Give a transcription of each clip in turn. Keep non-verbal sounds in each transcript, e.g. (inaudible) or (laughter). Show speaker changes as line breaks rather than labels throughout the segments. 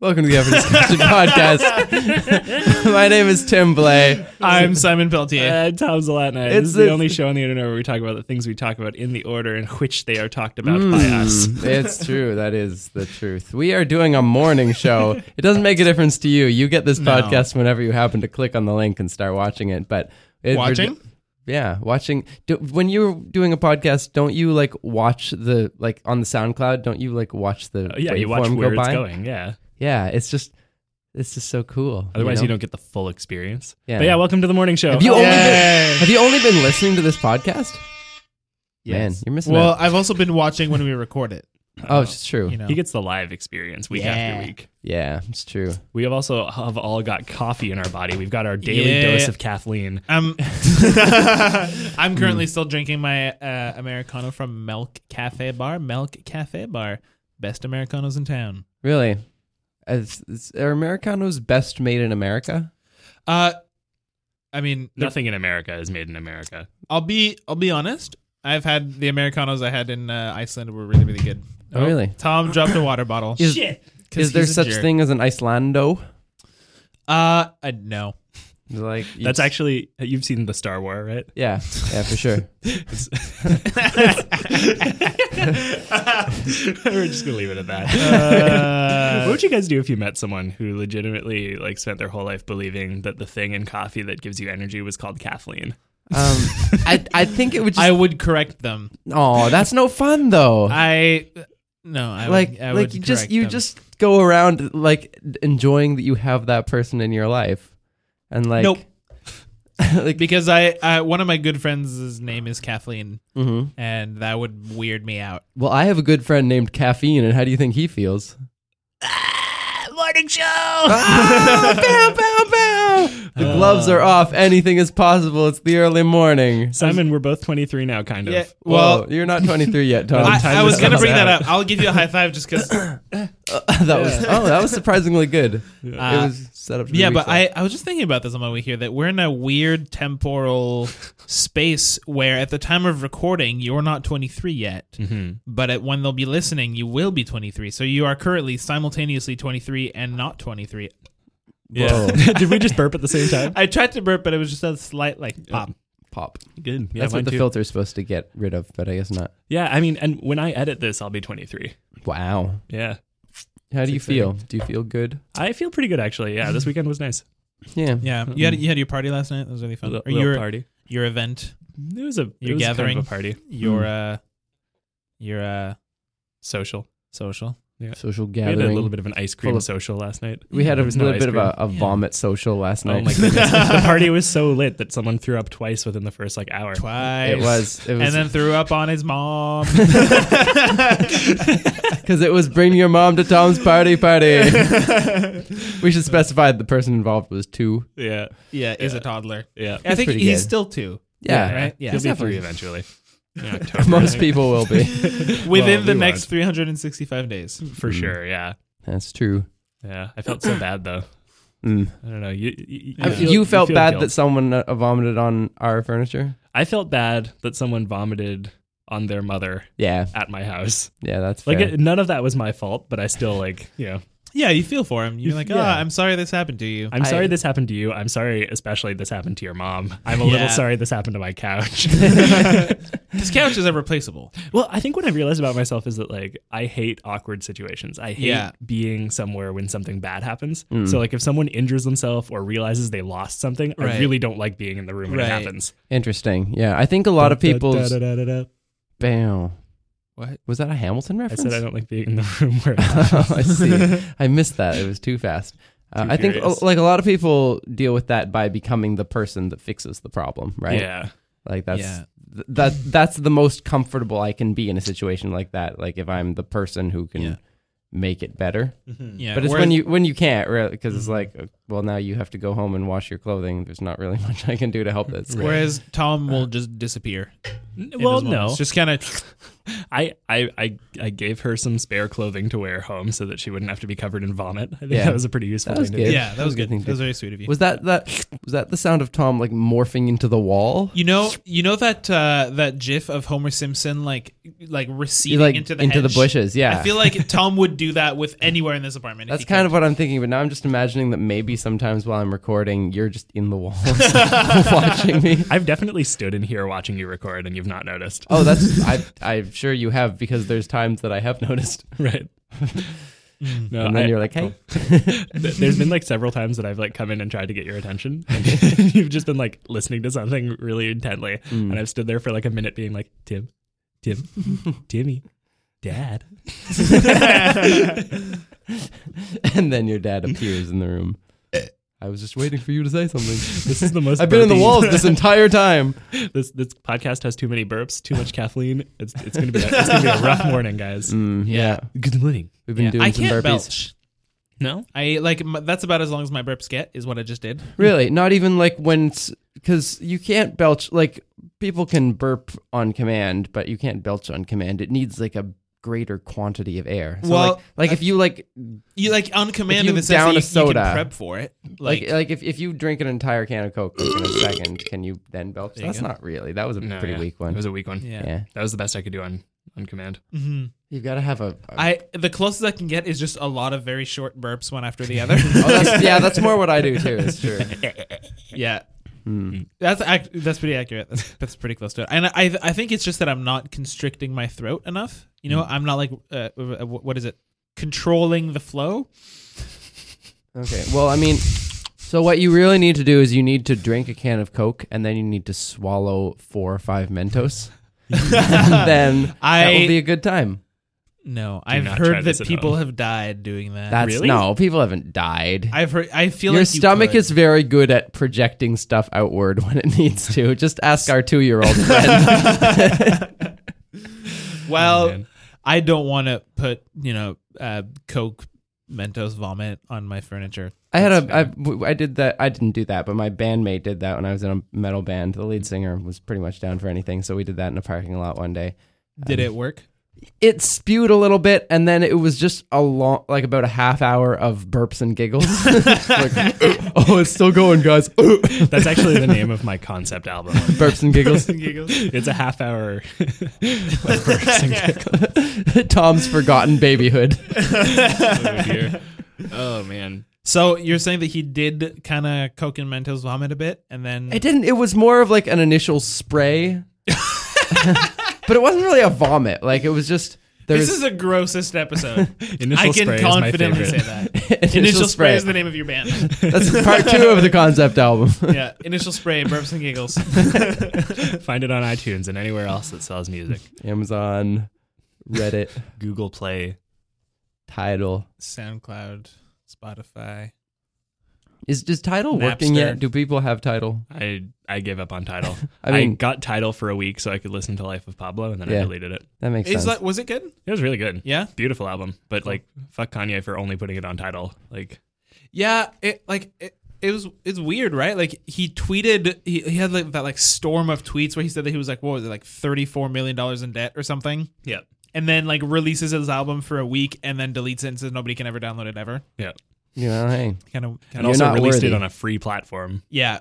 Welcome to the Open
(laughs)
Discussion Podcast. (laughs) My name is Tim Blay.
I'm Simon Peltier.
Uh, Tom Zalatna.
It's-
It's, is the
it's-
only show on the internet where we talk about the things we talk about in the order in which they are talked about by
Hmm.
us.
It's true. That is the truth. We are doing a morning show. It doesn't make a difference to you. You get this podcast whenever you happen to click on the link and start watching it. But it,
Watching?
yeah, watching. Do, when you're doing a podcast, don't you like watch the like on the SoundCloud? Don't you like watch the
Uh, yeah, you watch
waveform
where
go
it's
by?
going. Yeah.
Yeah, it's just it's just so cool.
Otherwise,
know?
you, don't get the full experience.
Yeah.
But yeah, welcome to the morning show.
Have you
Oh,
only
Yay.
been, have you only been listening to this podcast? Man,
Yes.
you're missing
Well,
out.
I've also been watching when we record it.
Oh,
(laughs)
it's true.
You know,
he gets the live experience week
Yeah.
after week.
Yeah, it's true.
We have also have all got coffee in our body. We've got our daily
Yeah.
dose of Kathleen.
I'm (laughs) I'm currently
Mm.
still drinking my uh, americano from Milk Cafe Bar. Milk Cafe Bar, best americanos in town.
Really? As, is- are Americanos best made in America?
Uh, I mean, they're-
Nothing in America is made in America.
I'll be I'll be honest. I've had the americanos I had in uh, Iceland were really really good.
Oh, really?
Tom dropped a water bottle.
Is, is there
he's a
such
jerk.
thing as an Icelandic?
Uh, I, no.
Like you
That's
s-
actually you've seen the Star Wars, right?
yeah, yeah, for
(laughs)
sure.
We're just gonna leave it at (laughs) that. (laughs) what would you guys do if you met someone who legitimately like spent their whole life believing that the thing in coffee that gives you energy was called Kathleen?
Um, I I think it would
I
(laughs) just.
would correct them.
oh, that's no fun though.
I no. I
like
would, I
like
would
you just
correct
you
them.
just go around like enjoying that you have that person in your life, and like
Nope. (laughs)
like
because I, I one of my good friends' name is Kathleen,
mhm.
and that would weird me out.
Well, I have a good friend named Caffeine, and how do you think he feels? morning show!
Uh,
The gloves are off. Anything is possible. It's the early morning.
Simon, we're both 23 now, kind of.
Well,
Well,
you're not 23 yet, Tom.
By the time
I, I
this
was gonna
comes
bring that
out.
up. I'll give you a high five just
(coughs)
because. yeah,
(laughs)
(laughs)
that was oh, that was surprisingly good.
Uh,
it was set up. To be
but
reset.
I, I was just thinking about this on my way here that we're in a weird temporal space where at the time of recording you're not 23 yet, but at when they'll be listening you will be 23. So you are currently simultaneously 23 and not 23.
Whoa.
(laughs) Did we just burp at the same (laughs) time?
I tried to burp, but it was just a slight like pop.
(laughs) pop.
Good. Yeah,
That's
mine
what the
too.
filter's supposed to get rid of, but I guess not.
yeah, I mean, and when I edit this, I'll be 23.
Wow.
Yeah.
How do you
exciting.
feel? Do you feel good?
I feel pretty good, actually. Yeah, (laughs) this weekend was nice.
Yeah.
Yeah, you had you had your party last night. That was really fun.
Little-
or
little
your
party.
your event.
It was a, it
Your
was
gathering.
kind of a party.
your
Hmm.
uh your uh
Social.
social
Social
We had
gathering.
a little bit of an ice cream
Full of-
social last night.
We had a
There was no
little
ice
bit of a,
cream.
a vomit social last
Oh
night. (laughs)
my (laughs) goodness. the party was so lit that someone threw up twice within the first like hour.
twice
it was. It was.
and then threw up on his mom
(laughs) Because it was bring your mom to Tom's party
(laughs)
party. we should specify the person involved was two.
Yeah.
yeah is a toddler
Yeah.
i think
pretty
he's
good.
still two
Yeah,
right yeah
He'll be
Definitely.
three
(laughs)
eventually.
most people will be.
(laughs)
within
Well,
the
we
next
won't.
365 days
For sure. Yeah.
That's true.
Yeah. I felt
(clears throat)
so bad though.
Mm.
I don't know. You, you,
I-
feel-
you felt
feel
bad
guilt.
that someone uh, vomited on our furniture.
I felt bad that someone vomited on their mother
Yeah,
at my house.
yeah, that's
Like
fair.
it, none of that was my fault, but I still like, you know,
yeah you feel for him you're
You-
like
yeah.
oh i'm sorry this happened to you
I'm
I-
sorry this happened to you. I'm sorry, especially this happened to your mom. I'm a
Yeah.
little sorry this happened to my
(laughs)
(laughs)
couch.
this couch is irreplaceable
Well, I think what I've realized about myself is that like I hate awkward situations. I hate
Yeah.
being somewhere when something bad happens.
Hmm.
So like if someone injures themselves or realizes they lost something,
Right.
I really don't like being in the room when
Right.
it happens.
Interesting. Yeah, I think a lot of people's. Bam.
What?
was that? A Hamilton
I
reference? (laughs)
said I don't like being in the (laughs) room where it
oh, (laughs) I
happens. (laughs)
see. I missed that. It was too fast. Uh,
Too
I think uh,
furious.
like a lot of people deal with that by becoming the person that fixes the problem, right?
(laughs) Yeah.
Like that's
Yeah.
th- that that's the most comfortable I can be in a situation like that. Like if I'm the person who can
Yeah.
make it better,
yeah
Hmm. but it's
whereas- Mm-hmm.
when you when you can't really because it's like uh, well now you have to go home and wash your clothing. There's not really (laughs) much I can do to help this.
whereas tom will just disappear in
Well,
his moments.
no.
just kind of
I, I I I gave her some spare clothing to wear home so that she wouldn't have to be covered in vomit. I think
Yeah.
that was a pretty useful
That was
thing
good.
to do.
Yeah, that was good.
thing
That
to
was very sweet of you.
Was that that was that the sound of Tom like morphing into the wall?
You know, you know that uh, that GIF of Homer Simpson like like receding
like,
into the
into the
hedge?
bushes, yeah.
I feel
(laughs)
like Tom would do that with anywhere in this apartment. if
That's
he
kind
could.
of what I'm thinking, but now I'm just imagining that maybe sometimes while I'm recording, you're just in the
(laughs)
wall (laughs) watching me.
I've definitely stood in here watching you record and you've not noticed.
Oh, that's I, I'm sure you have because there's times that I have (laughs) noticed,
(laughs)
(laughs)
Right. No,
and then
I-
you're like, "Hey,
Th- There's been like several times that I've like come in and tried to get your attention. And (laughs) you've just been like listening to something really intently.
Mm. hmm."
And I've stood there for like a minute being like, Tim,
(laughs)
Tim, Timmy, Dad.
(laughs) and then your dad appears in the room. (laughs) I was just waiting for you to say (laughs) something.
This is the most
I've been in the
burpy- (laughs)
walls (laughs) this entire time.
This this podcast has too many burps, too much Kathleen. It's it's gonna be a, it's gonna
(laughs)
be a rough morning, guys.
Mm, yeah.
Good morning.
we've been
Yeah.
doing
I
some
can't
burpees.
belch.
No?
I like m- that's about as long as my burps get is what I just did.
Really, not even like when, because you can't belch. Like people can burp on command, but you can't belch on command. It needs like a greater quantity of air. So
Well,
like, like if you like
You like on
If
command
you
in the sense
down
that
a
you, you
soda-
can prep for it. Like,
Like, uh, like, if, if you drink an entire can of Coke like, in a second, can you then belch?
There you
That's
go.
not really. That was a pretty
yeah.
weak one.
It was a weak one.
yeah.
yeah.
That was the best I could do on on command.
hmm
You've got to have a. a-
I the closest I can get is just a lot of very short burps one after the other.
(laughs) (laughs) oh, that's, yeah, that's more what I do too.
(laughs)
It's true.
yeah. Mm.
Hmm.
That's ac- that's pretty accurate. That's, that's pretty close to it. And I I think it's just that I'm not constricting my throat enough. You
Mm.
know, I'm not like uh, uh, what is it? Controlling the flow.
Okay. Well, I mean, so what you really need to do is you need to drink a can of Coke and then you need to swallow four or
(laughs)
five Mentos. and then that
I-
will be a good time.
No, I've
not try
heard
this
that
at
people
home.
have died doing that.
That's
Really?
no, people haven't died.
I've heard. I feel
Your
like you
stomach
could.
is very good at projecting stuff outward (laughs) when it needs to. Just ask our
(laughs)
two-year-old friend.
Well,
Oh, Man.
I don't want to put you know uh, Coke, Mentos, vomit on my furniture.
I had a I, w- I did that I didn't do that, but my bandmate did that when I was in a metal band. The lead singer was pretty much down for anything, so we did that in a parking lot one day.
Did it work?
It spewed a little bit, and then it was just a long, like about a half hour of burps and giggles. (laughs) Like, oh, it's still going, guys! burps
(laughs) That's actually the name of my (laughs) concept album.
and giggles.
It's a half (laughs) hour of burps and giggles.
(laughs) Tom's forgotten babyhood.
Oh, dear. Oh man.
So you're saying that he did kind of Coke and Mentos vomit a bit, and then
It didn't. It was more of like an
(laughs)
initial spray, but it wasn't really a vomit. Like it was just there
this
was
is
(laughs)
the grossest episode.
Initial
I can
spray is my
confidently say
favorite.
that. Initial, spray is the name of your band.
(laughs)
That's part two of the concept album. (laughs)
yeah, initial spray, burps and giggles.
(laughs) Find it on iTunes and anywhere else that sells music.
Amazon, Reddit,
Google Play.
Tidal.
SoundCloud, Spotify.
Is is Tidal working
Napster.
yet? Do people have Tidal?
I I gave up on Title.
I
(laughs) I,
mean-
got Title for a week so I could listen to Life of Pablo, and then
Yeah.
I deleted it.
That makes
Is
sense.
that was it good?
It was really good.
Yeah,
Beautiful album, but like fuck Kanye for only putting it on Title. Like
yeah. It like it. It was it's weird, right? Like he tweeted, he, he had like that like storm of tweets where he said that he was like, what was it, like thirty four million dollars in debt or something,
yeah,
and then like releases his album for a week and then deletes it and says nobody can ever download it ever.
yeah.
you know, hey,
Kind of, kind of,
And
You're
also
not
released
worthy.
it on a free platform.
yeah.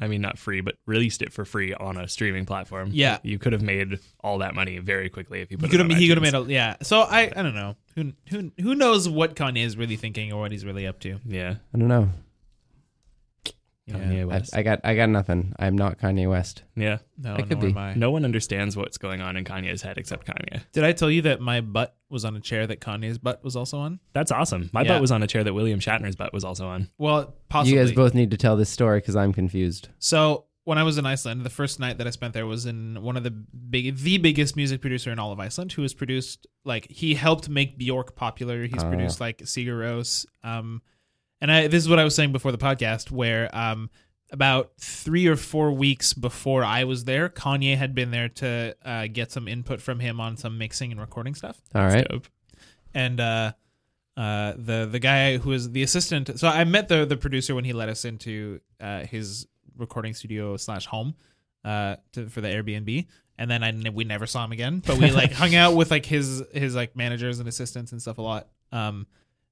I mean, not free, but released it for free on a streaming platform.
Yeah.
you could have made all that money very quickly if you
He
put.
could
it
have
on
he could have
iTunes.
made a yeah. So I I don't know who who who knows what Kanye is really thinking or what he's really up to.
Yeah,
I don't know.
Kanye
I,
West.
I got I got nothing. I'm not Kanye West.
yeah,
No,
It could
nor
be.
am I.
no one understands what's going on in Kanye's head except Kanye.
Did I tell you that my butt was on a chair that Kanye's butt was also on?
That's awesome. My
Yeah.
butt was on a chair that William Shatner's butt was also on.
Well, possibly.
You guys both need to tell this story because I'm confused.
So when I was in Iceland, the first night that I spent there was in one of the big, the biggest music producer in all of Iceland, who has produced like he helped make Bjork popular. He's
Ah.
produced like Sigur Rós. Um, and I this is what I was saying before the podcast, where um about three or four weeks before I was there, Kanye had been there to uh, get some input from him on some mixing and recording stuff
All right.
Dope.
and uh, uh, the the guy who is the assistant. So I met the the producer when he let us into uh, his recording studio slash home, uh, to, for the Airbnb, and then I ne- we never saw him again. But we like hung out with like his his like managers and assistants and stuff a lot. Um,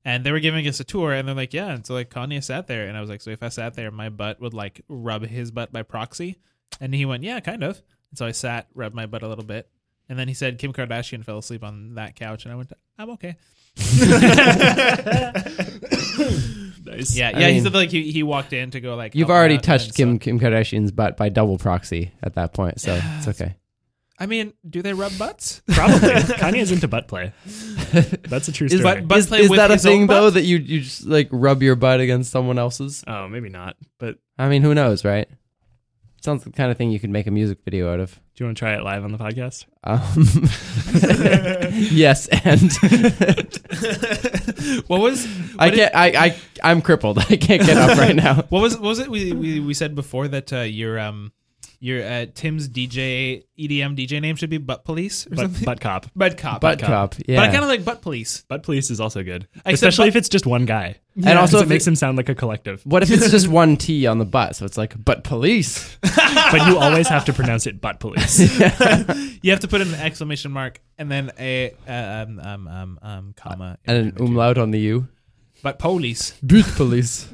and they were giving us a tour, and they're like, yeah. And so like Kanye sat there, and I was like, so if I sat there, my butt would like rub his butt by proxy, and he went, yeah, kind of. And so I sat, rubbed my butt a little bit, and then he said Kim Kardashian fell asleep on that couch, and I went, I'm
(laughs)
okay. (laughs)
Nice.
Yeah,
I
yeah. he
mean-
said like he, he walked in to go like
You've
help her
already
out, and
touched
so-
Kim Kim Kardashian's butt by double proxy at that
(sighs)
point, so it's okay.
I mean, do they rub butts? (laughs)
Probably. Kanye's into butt play. That's a true
Is
story.
butt- butt
is,
play
is
with
that a
his own
thing
butt?
though that you you just like rub your butt against someone else's?
oh, maybe not. But
I mean, who knows, right? Sounds the kind of thing you could make a music video out of.
do you want to try it live on the podcast?
Um, (laughs) yes, and (laughs)
what was
I can't. I, I I'm crippled. (laughs) I can't get up right (laughs) now.
what was what was it we we, we said before that uh, your um your uh, Tim's E DJ EDM DJ name should be Butt Police or
Butt,
something?
butt cop.
Butt Cop.
Butt
Cop.
cop. Yeah.
But I kind of like Butt Police.
Butt police is also good,
Except
especially
butt-
if it's just one guy.
And also
'Cause
if
it makes
it-
him sound like a collective.
what if
(laughs)
it's just one T on the butt? So it's like, but police.
But you always have to pronounce it
(laughs)
butt police.
You have to put in an exclamation mark and then a uh, um um um um comma
and an umlaut on the U.
Butt Police.
Boot
(laughs)
police.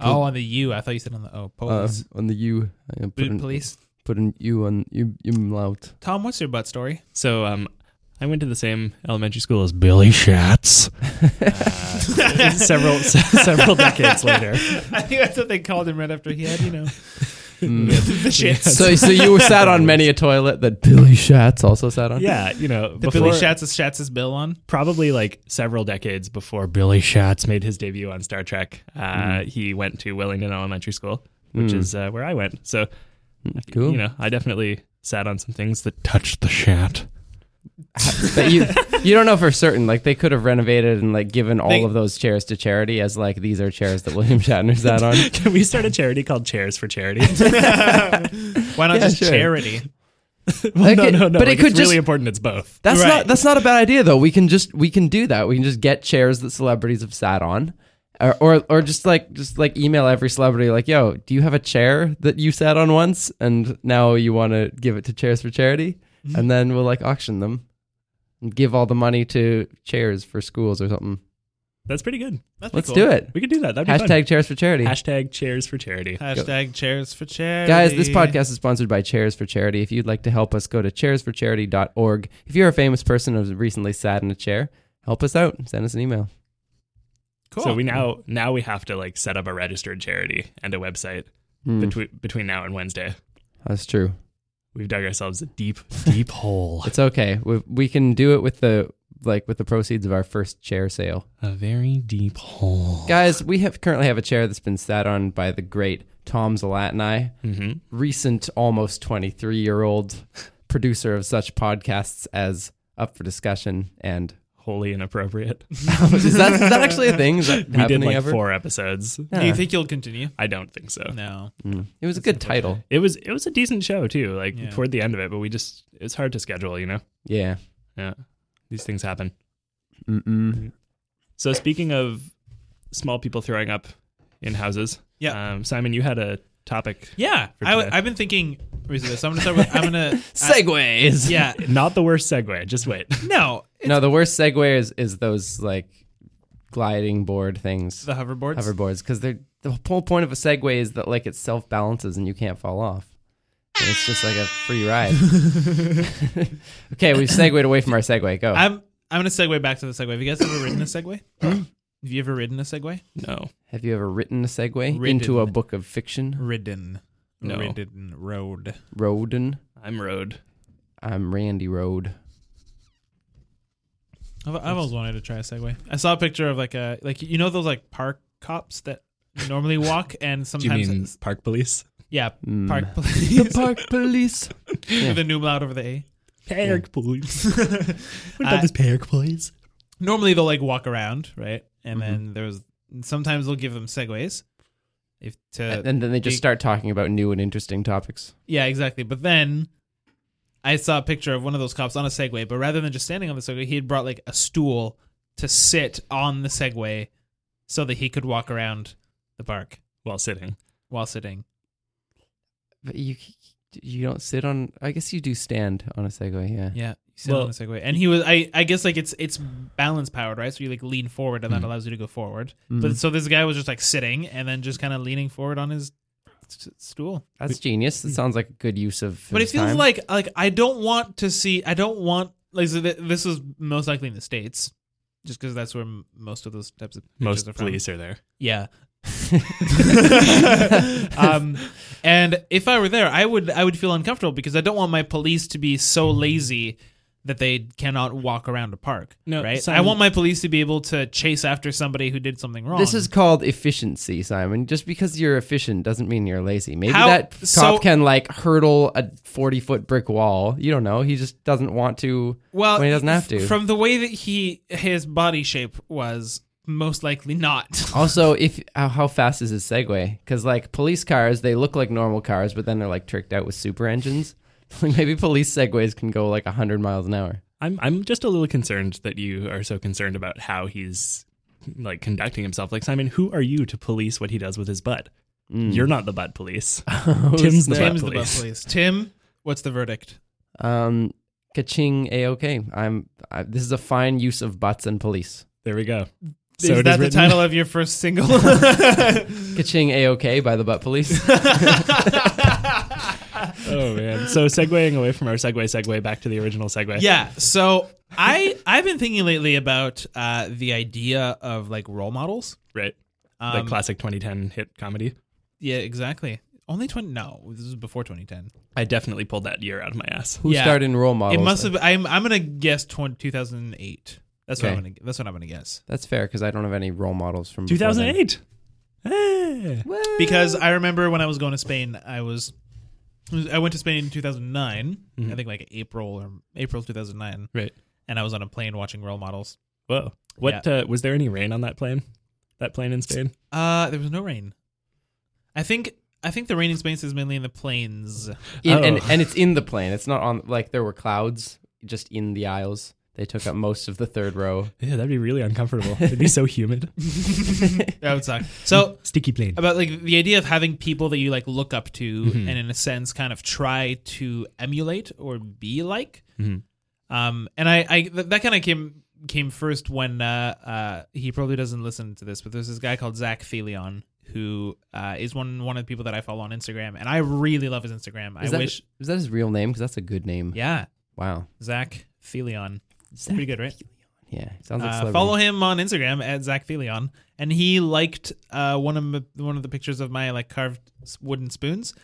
Oh, on the U. I thought you said on the O.
Uh,
Police.
on the U. I put
Boot
an-
Police.
Put an U on U,
(laughs)
umlaut.
Tom, what's your butt story?
so um, I went to the same elementary school as Billy
(laughs)
Schatz. Uh, several (laughs)
(laughs)
several decades later.
I think that's what they called him right after he had, you know,
Mm.
the shits.
So, so you
(laughs)
were sat on many a toilet that Billy Schatz also sat on.
Yeah, you know,
The
before,
Billy Shatz is Shatz's bill on.
probably like several decades before Billy Schatz made his debut on Star Trek, uh, he went to Wellington Elementary School, which
Mm.
is uh, where I went. So,
cool.
you know, I definitely sat on some things that touched the shat.
but you you don't know for certain. Like they could have renovated and like given all
They-
of those chairs to charity as like these are chairs that William Shatner
(laughs)
sat on.
(laughs) Can we start a charity called Chairs for Charity?
Why not
Yeah,
just
sure.
charity?
well, no,
Okay,
no, no.
but it
like,
could
it's
just-
really important. It's both.
That's
Right.
not that's not a bad idea though. We can just we can do that. We can just get chairs that celebrities have sat on. Or, or, or just like just like email every celebrity like yo do you have a chair that you sat on once and now you want to give it to chairs for charity and then we'll like auction them and give all the money to chairs for schools or something
That's pretty good.
That'd be
let's
cool.
do it
We could do that. That'd be
hashtag
fun.
chairs for charity
Hashtag Chairs for
Ah,
Charity.
Hashtag chairs for charity.
Guys, this podcast is sponsored by Chairs for Charity. If you'd like to help us, go to chairsforcharity.org. If you're a famous person who's recently sat in a chair, help us out. Send us an email.
Cool.
So we now now we have to like set up a registered charity and a website between between now and Wednesday.
Hmm, That's true.
We've dug ourselves a deep deep hole.
It's okay. We, we can do it with the like with the proceeds of our first chair sale.
A very deep hole.
Guys, we have currently have a chair that's been sat on by the great Tom Zalatni,
Mm-hmm.
recent almost 23-year-old producer of such podcasts as Up for Discussion and (laughs)
Wholly inappropriate.
is that is that actually a thing? Is that
We did
happening
like
ever?
four episodes.
Do you
Yeah.
think you'll continue?
I don't think so.
No.
Mm. It was a good title.
It was it was a decent show too. Like
Yeah.
toward the end of it, but we just it's hard to schedule. You know,
Yeah.
yeah, these things happen.
Mm-mm.
So speaking of small people throwing up in houses,
Yeah.
um, Simon, you had a topic,
Yeah.
For
I,
today.
have been thinking recently. So I'm gonna start with. I'm
(laughs)
gonna. I- (laughs)
Segways.
yeah.
not the worst segue. Just wait. (laughs)
No. It's
No, the worst segue is is those like gliding board things,
the hoverboards.
hoverboards, because they're the whole point of a segue is that like it self balances and you can't fall off. And it's just like a free (laughs) ride. okay, we've segued away from our segue. Go.
I'm. I'm gonna segue back to the segue. Have you guys ever ridden a segue?
Hmm?
Have you ever ridden a segue?
No,
Have you ever written a segue
Ridden.
into a book of fiction?
Ridden.
No.
Ridden road.
Roden.
I'm road.
I'm Randy Road.
I've, I've always wanted to try a Segway. I saw a picture of like a like you know those like park cops that normally walk
(laughs)
and sometimes
park police?
yeah
Mm.
Hmm. (laughs)
park (laughs)
The
police
park (laughs) police.
with a new loud over the a.
Park police. what
about this
park police?
Uh, Normally they'll like walk around right, and then there's sometimes they'll give them Segways. If to
and then they just
be-
start talking about new and interesting topics.
Yeah, exactly. But then I saw a picture of one of those cops on a Segway, but rather than just standing on the Segway, he had brought like a stool to sit on the Segway so that he could walk around the park
While sitting,
while sitting.
But you you don't sit on. I guess you do stand on a Segway. Yeah.
Yeah. You sit
Well-
on a Segway. And he was I I guess like it's it's balance powered, right? So you like lean forward
Mm.
and that allows you to go forward.
Mm-hmm.
But so this guy was just like sitting and then just kind of leaning forward on his s- stool.
That's genius. That sounds like a good use of.
But it
his
feels
time.
like like I don't want to see I don't want like so th- this is most likely in the states just cuz that's where m- most of those types of pictures
Most
are from.
police are there.
(laughs)
Yeah. um, and if I were there, I would I would feel uncomfortable because I don't want my police to be so
Mm-hmm.
lazy that they cannot walk around a park.
No,
right. I
Simon-
want my police to be able to chase after somebody who did something wrong.
This is called efficiency, Simon. Just because you're efficient doesn't mean you're lazy. Maybe
How-
that cop
so-
can like hurdle a 40 foot brick wall. You don't know. He just doesn't want to
well,
when he doesn't have to.
From the way that he his body shape was most likely not.
also, if uh, how, how fast is his Segway? Because like police cars, they look like normal cars, but then they're like tricked out with super engines. (laughs) Like maybe police Segways can go like 100 miles an hour.
I'm I'm just a little concerned that you are so concerned about how he's like conducting himself. Like Simon, who are you to police what he does with his butt? You're not the
(laughs)
butt police. Tim's the butt
Mm. Oh, Tim's the
police.
bus police. Tim, what's the verdict?
Um, kaching a okay. I'm. I, this is a fine use of butts and police.
There we go.
Is
So it
that the
written.
title of your first single?
(laughs) Kaching a okay by the butt police.
(laughs)
(laughs)
Oh man. So segueing away from our segue, segue back to the original segue.
yeah so i i've been thinking lately about uh the idea of like role models
Right.
um,
the classic 2010 hit comedy.
yeah exactly only 20 no this is before 2010
I definitely pulled that year out of my ass.
Who
Yeah.
starred in role models?
it must have i'm i'm gonna guess 20, 2008 that's what i'm
Okay.
gonna that's what i'm gonna guess
That's fair because I don't have any role models from before then.
2008. Eh.
because i remember when i was going to spain i was i went to spain in 2009 i think like april or april 2009
Right.
and i was on a plane watching role models
Whoa. What uh, was there any rain on that plane? That plane in Spain?
uh there was no rain i think i think the rain in spain is mainly in the plains
In, and,
Oh.
and it's in the plane. It's not on like there were clouds just in the aisles. They took up most of the third row.
Yeah, that'd be really uncomfortable.
(laughs)
It'd be so humid.
that would suck so
Sticky plane.
about like the idea of having people that you like look up to
Mm-hmm.
and in a sense kind of try to emulate or be like
Mm-hmm.
um and i i th- that kind of came came first when uh uh he probably doesn't listen to this but there's this guy called zach Felion who uh is one one of the people that i follow on instagram and i really love his instagram
Is
i
that,
wish
is that his real name? Because that's a good name.
yeah
Wow.
zach Felion pretty good right
Yeah. Sounds like
uh,
celebrity.
follow him on Instagram at Zach Felion, and he liked uh, one of m- one of the pictures of my like carved s- wooden spoons,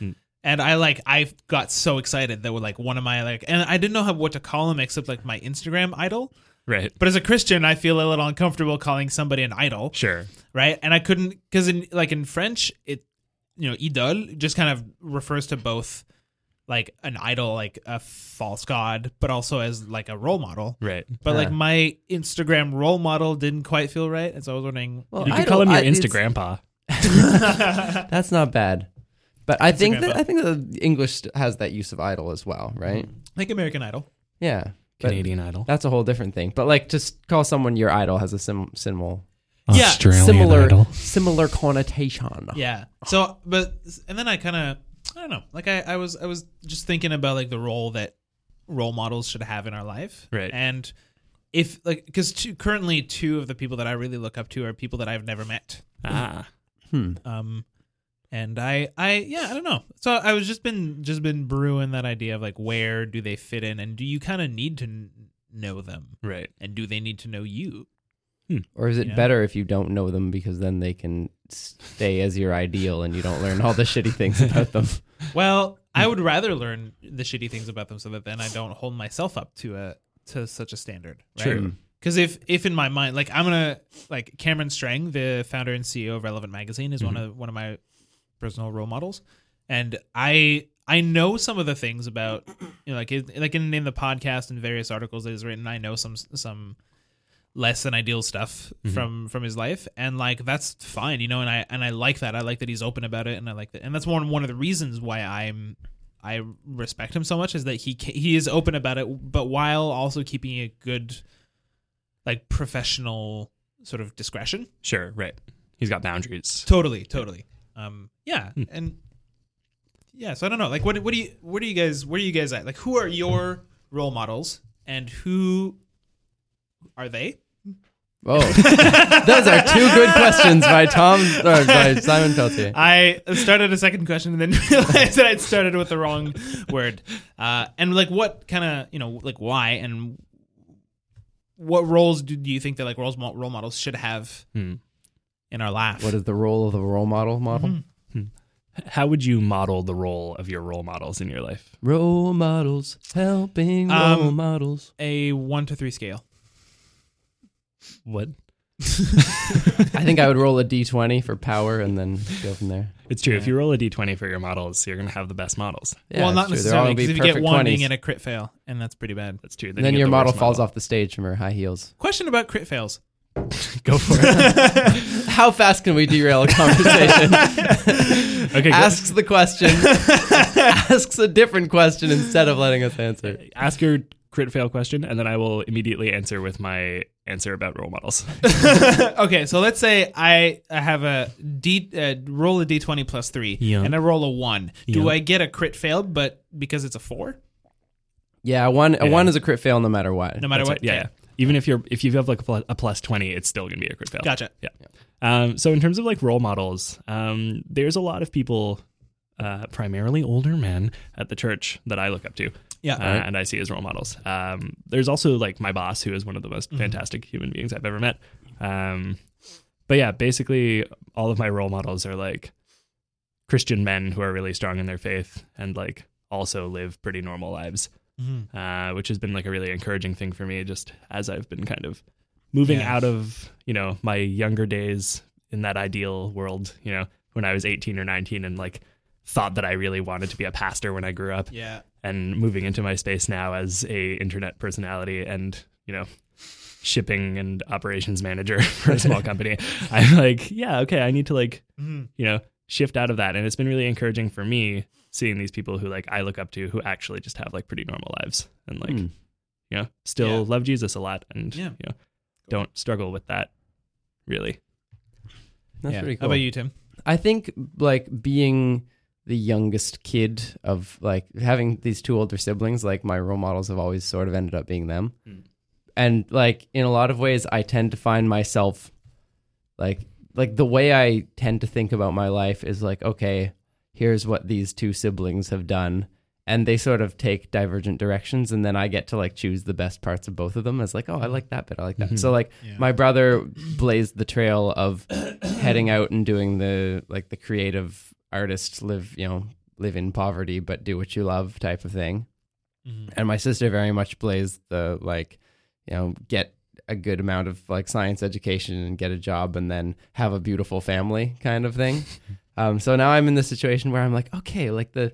and I like I got so excited that were like one of my like, and I didn't know how, what to call him except like my Instagram idol.
Right.
But as a Christian, I feel a little uncomfortable calling somebody an idol,
Sure.
right? And I couldn't because in like in French, it you know idol just kind of refers to both like an idol, like a false god, but also as like a role model,
Right.
but like
Yeah.
my Instagram role model didn't quite feel right, and so I was wondering.
Well,
You
I
could call
don't-
him your
I- it's-
Instagram pa.
That's not bad. But I think that
grandpa.
I think the English has that use of idol as well, right?
like American Idol.
Yeah. But
Mm-hmm. Canadian Idol.
That's a whole different thing. But like to s- call someone your idol has a sim- symbol,
Yeah,
Australian
similar
Idol.
similar connotation.
Yeah. (laughs) So, but and then I kind of I don't know. Like I, I was I was just thinking about like the role that role models should have in our life,
Right.
And if like because two, currently two of the people that I really look up to are people that I've never met.
Ah.
Hmm.
Um, and I I yeah I don't know. So I was just been just been brewing that idea of like where do they fit in, and do you kind of need to n- know them,
Right.
and do they need to know you?
Or is it
Yeah.
better if you don't know them because then they can stay as your ideal and you don't learn all the shitty things about
(laughs)
them?
Well, I would rather learn the shitty things about them so that then I don't hold myself up to a to such a standard. Right?
True.
Because if if in my mind, like I'm gonna like Cameron Strang, the founder and CEO of Relevant Magazine, is one of one of my personal role models, and I I know some of the things about you know like it, like in, in the podcast and various articles that he's written. I know some some less than ideal stuff from from his life and like that's fine you know and i and i like that i like that he's open about it and i like that and that's one one of the reasons why i'm i respect him so much is that he ca- he is open about it but while also keeping a good like professional sort of discretion
Sure. Right. He's got boundaries.
totally totally um yeah and yeah, so I don't know. Like, what what do you what do you guys where are you guys at? Like, who are your role models and who are they?
Oh, those are two good questions by Tom or
(laughs)
by Simon Peltier.
I started a second question and then (laughs) realized that I'd started with the wrong word. Uh, and like, what kind of you know, like, why and what roles do, do you think that like roles mo- role models should have
Hmm.
in our life?
What is the role of the role model model?
Mm-hmm.
How would you model the role of your role models in your life?
Role models helping
Um,
role models.
a one to three scale?
What?
I think I would roll a d20 for power and then go from there.
It's true. If you roll a d20 for your models, you're going to have the best models.
(laughs)
Yeah,
well,
it's
not
true. They're all
necessarily
gonna be
because if you get
perfect
one
20s.
being in a crit fail, and that's pretty bad.
That's true.
then your model falls off the stage from her high heels.
Question about crit fails.
off. Go for
(laughs)
it.
How fast can we derail a conversation?
Okay, ask,
asks
(laughs)
the question, asks a different question instead of letting us answer.
ask your crit fail question, and then I will immediately answer with my answer about role models.
okay, so let's say I I have a d uh, roll a d twenty plus three,
Yeah.
and I roll a one. Do
Yeah.
I get a crit fail? But because it's a four,
Yeah, one a one is a crit fail no matter what.
no matter
That's
what.
right. Yeah,
Okay.
yeah. Even if you're if you have like a plus, a plus twenty, it's still gonna be a crit fail.
Gotcha.
Yeah. Um, so in terms of like role models, um, there's a lot of people, uh, primarily older men at the church that I look up to.
Yeah.
uh, and I see as role models. Um, there's also like my boss, who is one of the most fantastic human beings I've ever met. Um, but yeah, basically all of my role models are like Christian men who are really strong in their faith and like also live pretty normal lives
Mhm.
uh, which has been like a really encouraging thing for me just as I've been kind of moving
Yeah.
out of, you know, my younger days in that ideal world, you know, when I was 18 or 19 and like thought that I really wanted to be a pastor when I grew up
Yeah.
and moving into my space now as a internet personality and, you know, shipping and operations manager (laughs) for a small company. I'm like, yeah, okay, I need to like
Mhm.
you know shift out of that and it's been really encouraging for me seeing these people who like i look up to who actually just have like pretty normal lives and like
Hmm.
you know still
Yeah.
love jesus a lot and
Yeah.
you know don't struggle with that really
That's
Yeah.
pretty
How
cool.
about you, Tim?
I think like being the youngest kid of like having these two older siblings, like my role models have always sort of ended up being them. And like in a lot of ways I tend to find myself like like the way I tend to think about my life is like, okay, here's what these two siblings have done. And they sort of take divergent directions, and then I get to like choose the best parts of both of them. As like, oh, I like that bit, I like that. So like, my brother blazed the trail of heading out and doing the like the creative artist live, you know, live in poverty but do what you love type of thing.
Mm-hmm.
And my sister very much blazed the like, you know, get a good amount of like science education and get a job and then have a beautiful family kind of
(laughs)
thing. um, so now I'm in this situation where I'm like, okay, like the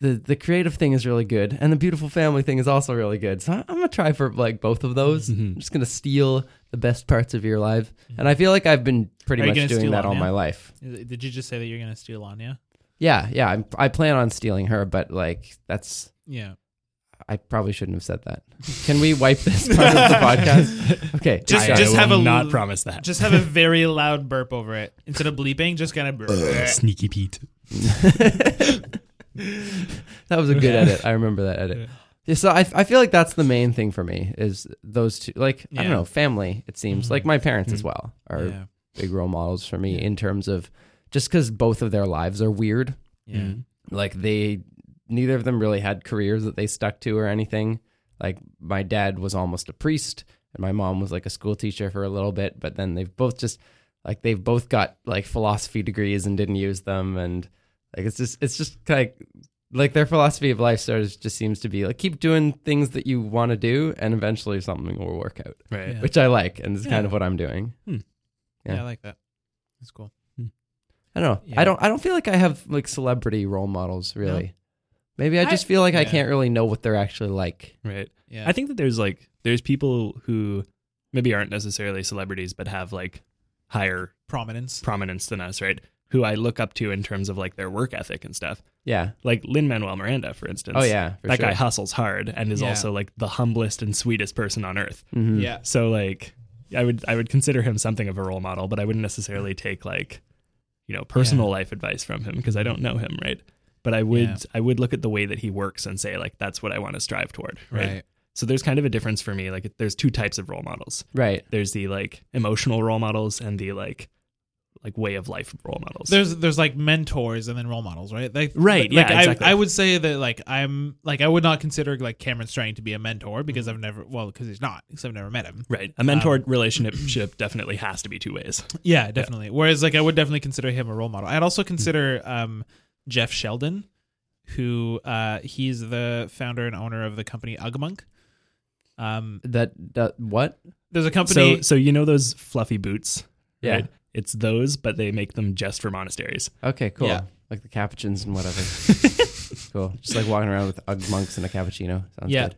the the creative thing is really good and the beautiful family thing is also really good. So I- I'm gonna try for like both of those.
Mm-hmm.
I'm just gonna steal the best parts of your life. And I feel like I've been pretty
Are you
much
gonna
doing
steal
that
on
all
now?
my life.
Is- Did you just say that you're gonna steal on? Yeah.
Yeah, yeah. I'm, I plan on stealing her, but like that's
Yeah.
I probably shouldn't have said that. Can we wipe this part of the
(laughs)
podcast? Okay.
Just-
I-
I
just
will
have a
not
l-
promise that
Just have a very loud burp over it instead of bleeping. Just kind of. burp.
sneaky pete
(laughs) that was a good edit. I remember that edit.
Yeah.
Yeah. so I, I feel like that's the main thing for me is those two. Like I
Yeah. Mm-hmm.
don't know, family. It seems like my parents as well are
Yeah.
big role models for me in terms of just because both of their lives are weird.
Yeah.
like they neither of them really had careers that they stuck to or anything like my dad was almost a priest and my mom was like a school teacher for a little bit but then they've both just like they've both got like philosophy degrees and didn't use them and like it's just it's just like like their philosophy of life sort of just seems to be like keep doing things that you want to do and eventually something will work out
right
Yeah.
which i like and it's kind of what i'm doing
Yeah.
Yeah.
I like that. That's cool.
I don't know.
Yeah.
I don't. I don't feel like I have like celebrity role models really. Maybe I
I-
just feel like I
yeah.
can't really know what they're actually like.
right
Yeah.
i think that there's like there's people who maybe aren't necessarily celebrities but have like higher
prominence.
prominence than us right who i look up to in terms of like their work ethic and stuff
Yeah.
like Lin Manuel Miranda, for instance.
Oh yeah. For
that
sure.
guy hustles hard and is
Yeah.
also like the humblest and sweetest person on earth.
Mhm.
Yeah.
So like, I would I would consider him something of a role model, but I wouldn't necessarily take like, you know, personal life advice from him because I don't know him, right? but I would
Yeah.
I would look at the way that he works and say like that's what I want to strive toward, right?
Right.
So there's kind of a difference for me. Like there's two types of role models.
Right.
There's the like emotional role models and the like like way of life role models.
There's there's like mentors and then role models, right? Like,
Right,
Like,
yeah,
I,
exactly.
I would say that like I'm like I would not consider like Cameron Strang to be a mentor because I've never well because he's not because I've never met him.
right. A mentor relationship definitely has to be two ways.
Yeah, definitely. Whereas like I would definitely consider him a role model. I'd also consider um, Jeff Sheldon, who uh, he's the founder and owner of the company Ugmunk. Um,
That, that what?
there's a
So
company.
so you know those fluffy boots?
Yeah.
right? It's those, but they make them just for monasteries.
Okay, cool.
Yeah.
Like the capuchins and whatever. cool. Just like walking around with Ugg monks and a cappuccino. Sounds
Yeah.
good.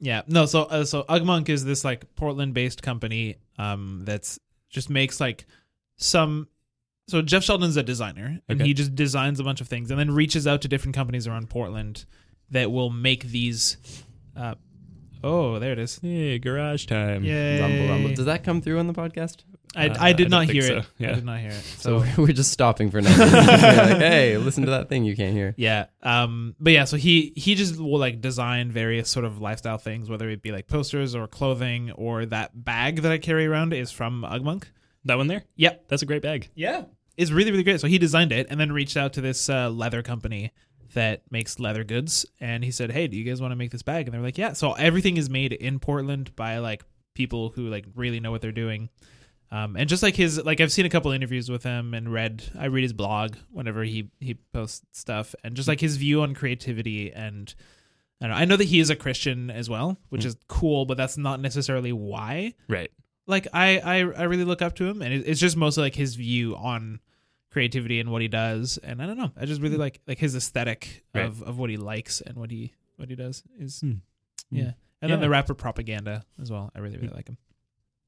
Yeah. No, so uh, so Ugmunk is this like Portland-based company um that's just makes like some so Jeff Sheldon's a designer and
Okay.
he just designs a bunch of things and then reaches out to different companies around Portland that will make these uh Oh, there it is.
(laughs) Hey, garage time.
Yay.
Rumble, rumble. Does that come through on the podcast?
I,
Uh,
I
I
did not
don't
hear
think
it.
so. Yeah.
I did not hear it.
So
So
(laughs) we're- we're just stopping for now. like, hey, listen to that thing you can't hear.
yeah, um, but yeah, so he he just will like design various sort of lifestyle things, whether it be like posters or clothing or that bag that I carry around is from Ugmunk.
That one there?
Yep,
That's a great bag.
Yeah. It's really, really great. So he designed it and then reached out to this uh, leather company that makes leather goods. And he said, Hey, do you guys want to make this bag? And they're like, Yeah. So everything is made in Portland by like people who like really know what they're doing. Um, and just like his, like I've seen a couple interviews with him and read, I read his blog whenever he, he posts stuff and just like his view on creativity. And I, don't know, I know that he is a Christian as well, which is cool, but that's not necessarily why
Right.
like I, I I really look up to him, and it, it's just mostly like his view on creativity and what he does. And I don't know, I just really like like his aesthetic
Hmm. Right.
of of what he likes and what he what he does is
Hmm.
yeah. And then
Yeah. Hmm.
the rapper propaganda as well. I really really like him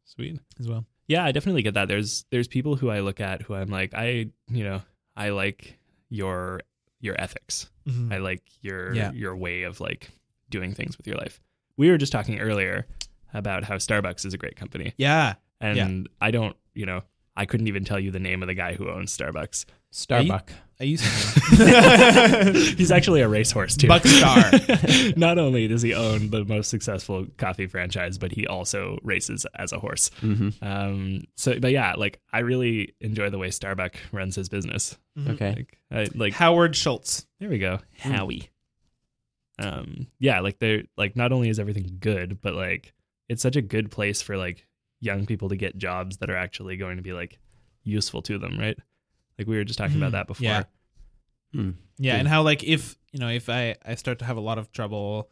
Sweet.
as well.
Yeah, I definitely get that. There's there's people who I look at who I'm like, I you know, I like your your ethics.
Mm-hmm.
I like your
Yeah.
your way of like doing things with your life. We were just talking earlier about how Starbucks is a great company.
yeah,
And I don't, you know, I couldn't even tell you the name of the guy who owns Starbucks.
Starbuck.
I used
(laughs) He's actually a racehorse too.
Buckstar.
(laughs) Not only does he own the most successful coffee franchise, but he also races as a horse.
hmm
Um, so, but yeah, like I really enjoy the way Starbuck runs his business.
Okay.
Like, I, like
(laughs) Howard Schultz.
there we go, Howie. Um, yeah, like they're like not only is everything good, but like it's such a good place for like young people to get jobs that are actually going to be like useful to them, right? Like we were just talking about
Mhm.
that before.
Yeah.
Hmm.
yeah
Yeah.
and how like if you know if i i start to have a lot of trouble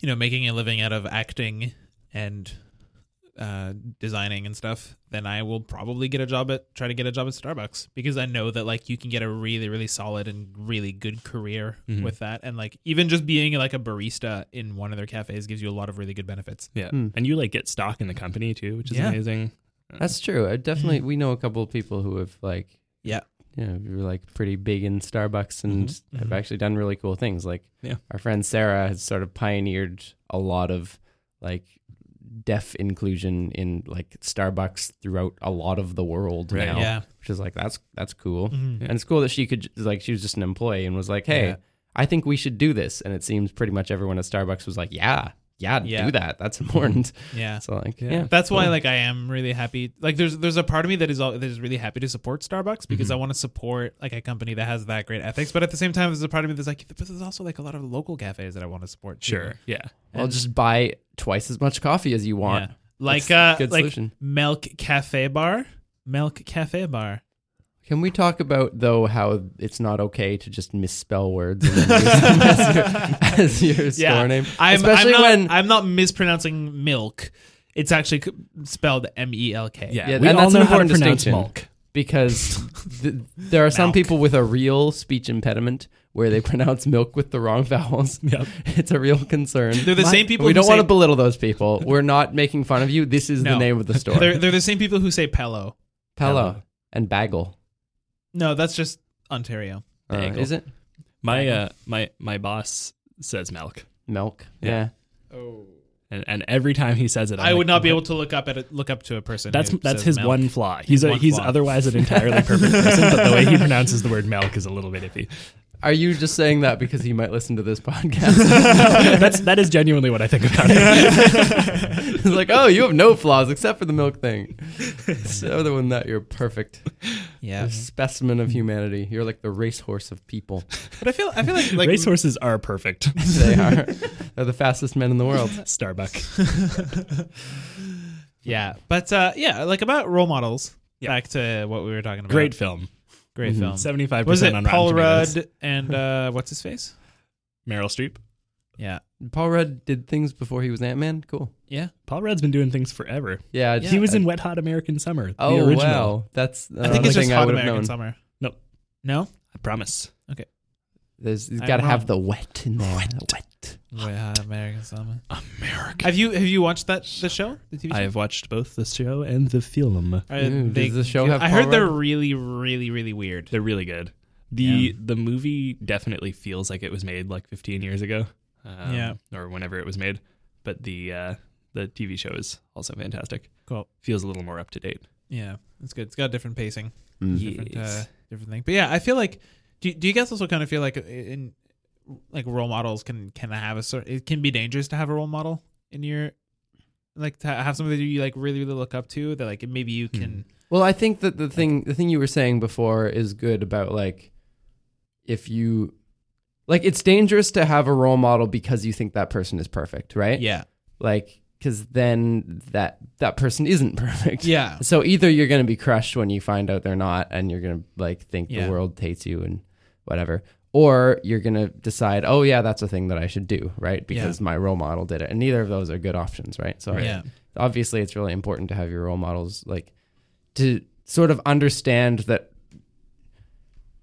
you know making a living out of acting and uh designing and stuff then i will probably get a job at try to get a job at starbucks because i know that like you can get a really really solid and really good career
Mhm.
with that and like even just being like a barista in one of their cafes gives you a lot of really good benefits
Yeah.
Hmm.
And you like get stock in the company too, which is
Yeah.
amazing.
That's true. I definitely, we know a couple of people who have like,
Yeah.
you know, were like pretty big in Starbucks and have actually done really cool things. Like,
Yeah.
our friend Sarah has sort of pioneered a lot of like deaf inclusion in like Starbucks throughout a lot of the world
Right.
now,
yeah
which is like that's that's cool.
Mhm.
And it's cool that she could like she was just an employee and was like, "Hey,
Yeah.
I think we should do this." And it seems pretty much everyone at Starbucks was like, "Yeah, yeah,
Yeah.
do that. That's (laughs) important."
yeah
So like, yeah,
Yeah.
That's why, like, I am really happy. Like, there's there's a part of me that is all, that is really happy to support Starbucks
Mm-hmm.
because I want to support like a company that has that great ethics. But at the same time, there's a part of me that's like, but there's also like a lot of local cafes that I want to support. too.
Sure. Yeah.
I'll just buy twice as much coffee as you
yeah.
want.
Like, uh,
That's a good
like
solution.
Milk Cafe Bar, Milk Cafe Bar.
Can we talk about though how it's not okay to just misspell words and
(laughs)
then use them as your, as your store name,
I'm,
especially
I'm not,
when
I'm not mispronouncing milk. It's actually c- spelled M E L K.
Yeah,
we
and
all
that's
know
an
how to
important
pronounce
distinction.
milk.
because
(laughs)
th- there are some
Milk.
people with a real speech impediment where they pronounce milk with the
(laughs)
wrong vowels.
Yep.
(laughs) It's a real concern.
They're the
My-
same people
We
who
don't want to
say-
belittle those people.
(laughs)
We're not making fun of you. This is
No.
the name of
(laughs)
the store.
They're, they're the same people who say Pello.
Pello and Bagel.
No, that's just Ontario.
Uh,
Bagel.
is it
My uh, my my boss says milk,
milk?
Yeah.
Yeah.
Oh.
and, and every time he says it, I'm
I
like,
would not be
"What?"
able to look up at a, look up to a person.
That's
who
that's
says
his
milk.
one flaw. He's a,
one
he's
flaw. (laughs)
otherwise an entirely perfect person, but the way he pronounces the word milk is a little bit iffy. (laughs)
Are you just saying that because he might listen to this (laughs) podcast?
That's that is genuinely what I think about it.
It's like, oh, you have no flaws except for the milk
(laughs)
thing. It's the other one that you're perfect.
Yeah,
(laughs) A specimen of humanity. You're like the racehorse of people.
(laughs) but I feel I feel like like
Racehorses
(laughs)
are perfect.
They are. They're the fastest men in the world.
Starbuck.
yeah, but uh, yeah, like about role models. Back to what we were talking about.
Great film.
great film.
Seventy five
Was it
percent on
Paul
Rotten Tomatoes.
Rudd and uh, what's his face?
Meryl Streep.
Yeah,
Paul Rudd did things before he was Ant Man. Cool.
yeah.
Paul Rudd's been doing things forever.
Yeah.
He was in Wet Hot American Summer. the
Oh
original.
wow, that's
I think it's
Uh, thing
just
I
Hot
would have
American
known.
Summer.
No.
no.
I promise.
There's, he's
I'm
got to
wrong.
have the wet in there. Wet. wet.
Wait, Hot American Summer.
America.
Have you have you watched that the show? The TV show?
I have watched both the show and the film.
Are
Ooh,
they-
does the show have
I
Paul
heard they're
Rudd?
really, really, really weird.
They're really good. The
Yeah.
the movie definitely feels like it was made like 15 years ago. Um,
Yeah.
Or whenever it was made, but the uh, the TV show is also fantastic.
Cool.
Feels a little more up to date.
Yeah, it's good. It's got different pacing, different
Yes.
uh, different thing. But yeah, I feel like do do you guys also kind of feel like uh, in like role models can can have a certain it can be dangerous to have a role model in your like to have somebody that you like really really look up to that like maybe
Hmm.
you can
Well, I think that the thing the thing you were saying before is good about like if you like it's dangerous to have a role model because you think that person is perfect, right?
yeah
Like cuz then that that person isn't (laughs) perfect.
yeah
So either you're going to be crushed when you find out they're not and you're going to like think
Yeah.
the world hates you and whatever or you're going to decide, "Oh yeah, that's a thing that I should do," right? Because my role model did it. And neither of those are good options, right? So
yeah
obviously it's really important to have your role models like to sort of understand that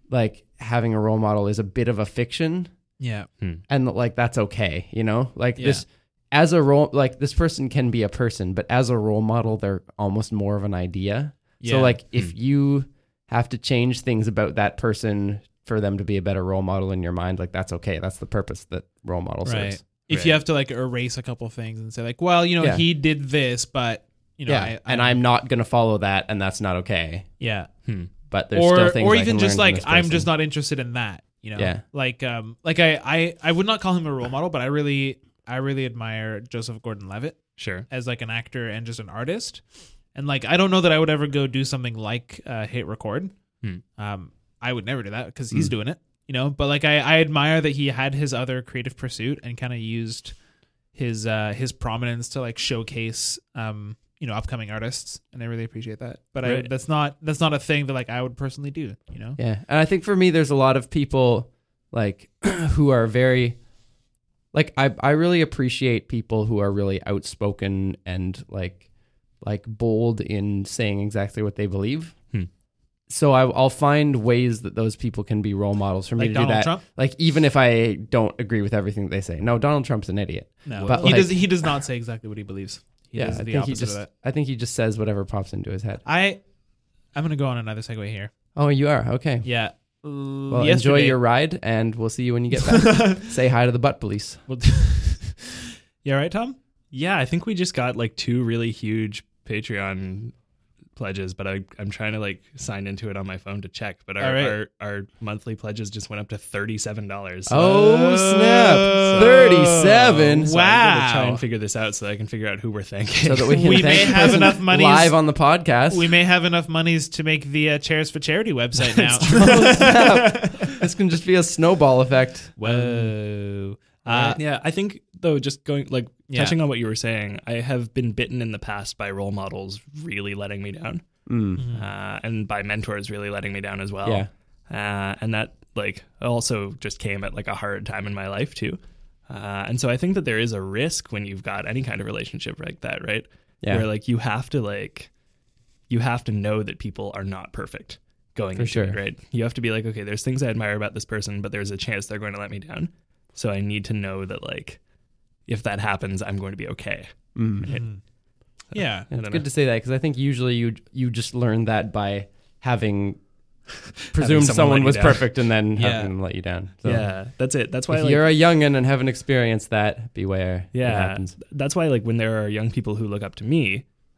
like having a role model is a bit of a fiction
yeah
and that, like that's okay you know like
Yeah.
this as a role like this person can be a person but as a role model they're almost more of an idea
Yeah. Hmm.
so like if you have to change things about that person for them to be a better role model in your mind like that's okay that's the purpose that role model
right.
serves
If you have to like erase a couple things and say like, well, you know,
Yeah.
he did this, but you know,
yeah
I,
and i'm not going to follow that and that's not okay
yeah,
but there's still
or
things
or
I
even
can
just
learn
like
from this
I'm
person.
just not interested in that. You know,
Yeah.
like um, like I I I would not call him a role model, but I really I really admire Joseph Gordon-Levitt
Sure.
as like an actor and just an artist. And like I don't know that I would ever go do something like uh, hit record.
Hmm.
Um, I would never do that because
Hmm.
he's doing it, you know. But like I, I admire that he had his other creative pursuit and kind of used his uh, his prominence to like showcase um, you know upcoming artists, and I really appreciate that. But I,
Right.
that's not that's not a thing that like I would personally do, you know.
Yeah. And I think for me, there's a lot of people like (clears throat) who are very, like, I, I really appreciate people who are really outspoken and like, like bold in saying exactly what they believe.
Hmm.
So I, I'll find ways that those people can be role models for me
Like
to
Donald
do that.
Trump?
Like even if I don't agree with everything that they say. No, Donald Trump's an idiot.
No,
But,
he
like-
does. He does not say exactly what he believes. He
yeah,
does
I
the
think
opposite
he just
of that.
I think he just says whatever pops into his head.
I I'm gonna go on another segue here.
Oh, you are okay.
Yeah.
Well, enjoy your ride, and we'll see you when you get back.
your.
Say hi to the butt police.
Well, (laughs) you all right, Tom?
Yeah, I think we just got like two really huge Patreon pledges, but I, I'm trying to like sign into it on my phone to check. But
All
our
right.
our, our monthly pledges just went up to thirty seven dollars.
Oh
Oh.
snap! Thirty-seven.
Wow.
I'm gonna try and figure this out so that I can figure out who we're thanking.
So that we can
We
thank
may
the
have
person
enough monies-
live on the podcast.
We may have enough monies to make the uh, Chairs for Charity website
(laughs)
now.
this can just be a snowball effect.
Whoa. Uh,
Uh, yeah, I think though, just going like
Yeah.
touching on what you were saying, I have been bitten in the past by role models really letting me down, uh, and by mentors really letting me down as well.
Mm. Yeah.
uh, and that like also just came at like a hard time in my life too. Uh, and so I think that there is a risk when you've got any kind of relationship like that, right?
Yeah.
Where like you have to like you have to know that people are not perfect going
For
into it,
sure.
right? You have to be like, okay, there's things I admire about this person, but there's a chance they're going to let me down. So I need to know that like if that happens, I'm going to be okay.
(laughs)
yeah. (laughs)
It's
don't
good
know.
to say that because I think usually you you just learn that by having presumed
someone
someone,
let you
was
down.
perfect and then
Yeah.
having them let you down. So
Yeah, that's it. That's why
If
like,
you're a youngin and haven't experienced that, beware. It
yeah,
happens.
that's why like when there are young people who look up to me,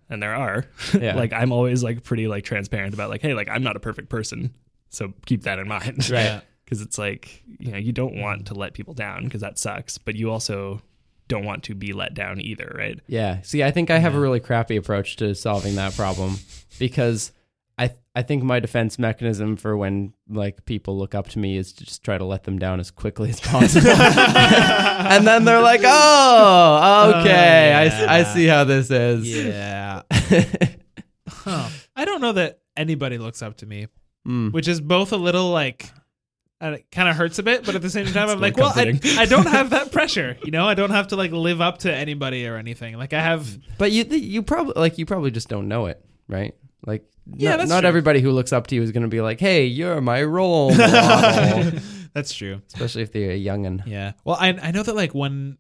and there are, (laughs)
Yeah.
like I'm always like pretty like transparent about like, hey, like I'm not a perfect person, so keep that in mind,
Right.
(laughs) Because because it's like you know you don't want to let people down because that sucks, but you also don't want to be let down either, right?
Yeah. See, I think I have a really crappy approach to solving that problem because I I think my defense mechanism for when like people look up to me is to just try to let them down as quickly as possible.
(laughs)
and then they're like, "Oh, okay. I s I I,
yeah.
see how this is."
Yeah.
(laughs)
huh. I don't know that anybody looks up to me,
Mm.
which is both a little like, and it kind of hurts a bit, but at the same time, I'm
really
like, well, I,
comforting.
I don't have that pressure. You know, I don't have to like live up to anybody or anything. Like I have,
But you you probably like you probably just don't know it, right? Like
Yeah,
not,
that's
not
true.
everybody who looks up to you is going to be like, "Hey, you're
(laughs)
my role model,"
that's true.
especially if they're a youngin.
Yeah. Well, I I know that like when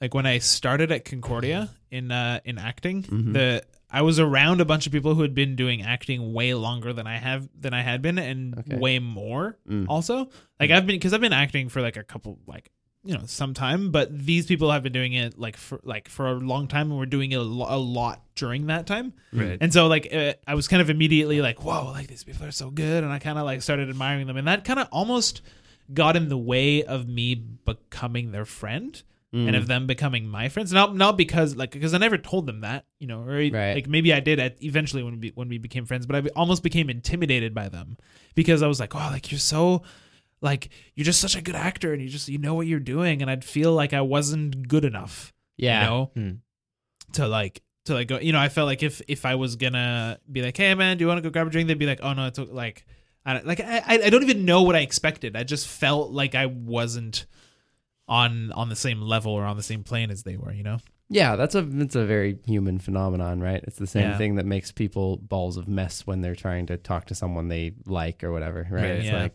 like when I started at Concordia in uh in acting,
Mm-hmm.
the I was around a bunch of people who had been doing acting way longer than I have than I had been and
Okay.
way more
Mm.
also. Like I've been cuz I've been acting for like a couple like you know, some time, but these people have been doing it like for like for a long time, and were doing it a, lo- a lot during that time.
Right.
And so like uh, I was kind of immediately like, whoa, like these people are so good, and I kind of like started admiring them, and that kind of almost got in the way of me becoming their friend and of them becoming my friends. Not not because like because I never told them that you know, or
Right.
like maybe I did at eventually when we when we became friends, but I be- almost became intimidated by them because I was like, oh, like you're so like you're just such a good actor and you just you know what you're doing and I'd feel like I wasn't good enough
Yeah.
you know
Hmm.
to like to like go you know i felt like if if i was gonna be like hey man do you want to go grab a drink they'd be like oh no it's o- like i don't like i i I don't even know what i expected i just felt like i wasn't on on the same level or on the same plane as they were you know
Yeah, that's a it's a very human phenomenon, right? It's the same
Yeah.
thing that makes people balls of mess when they're trying to talk to someone they like or whatever, right?
Right,
It's
yeah.
like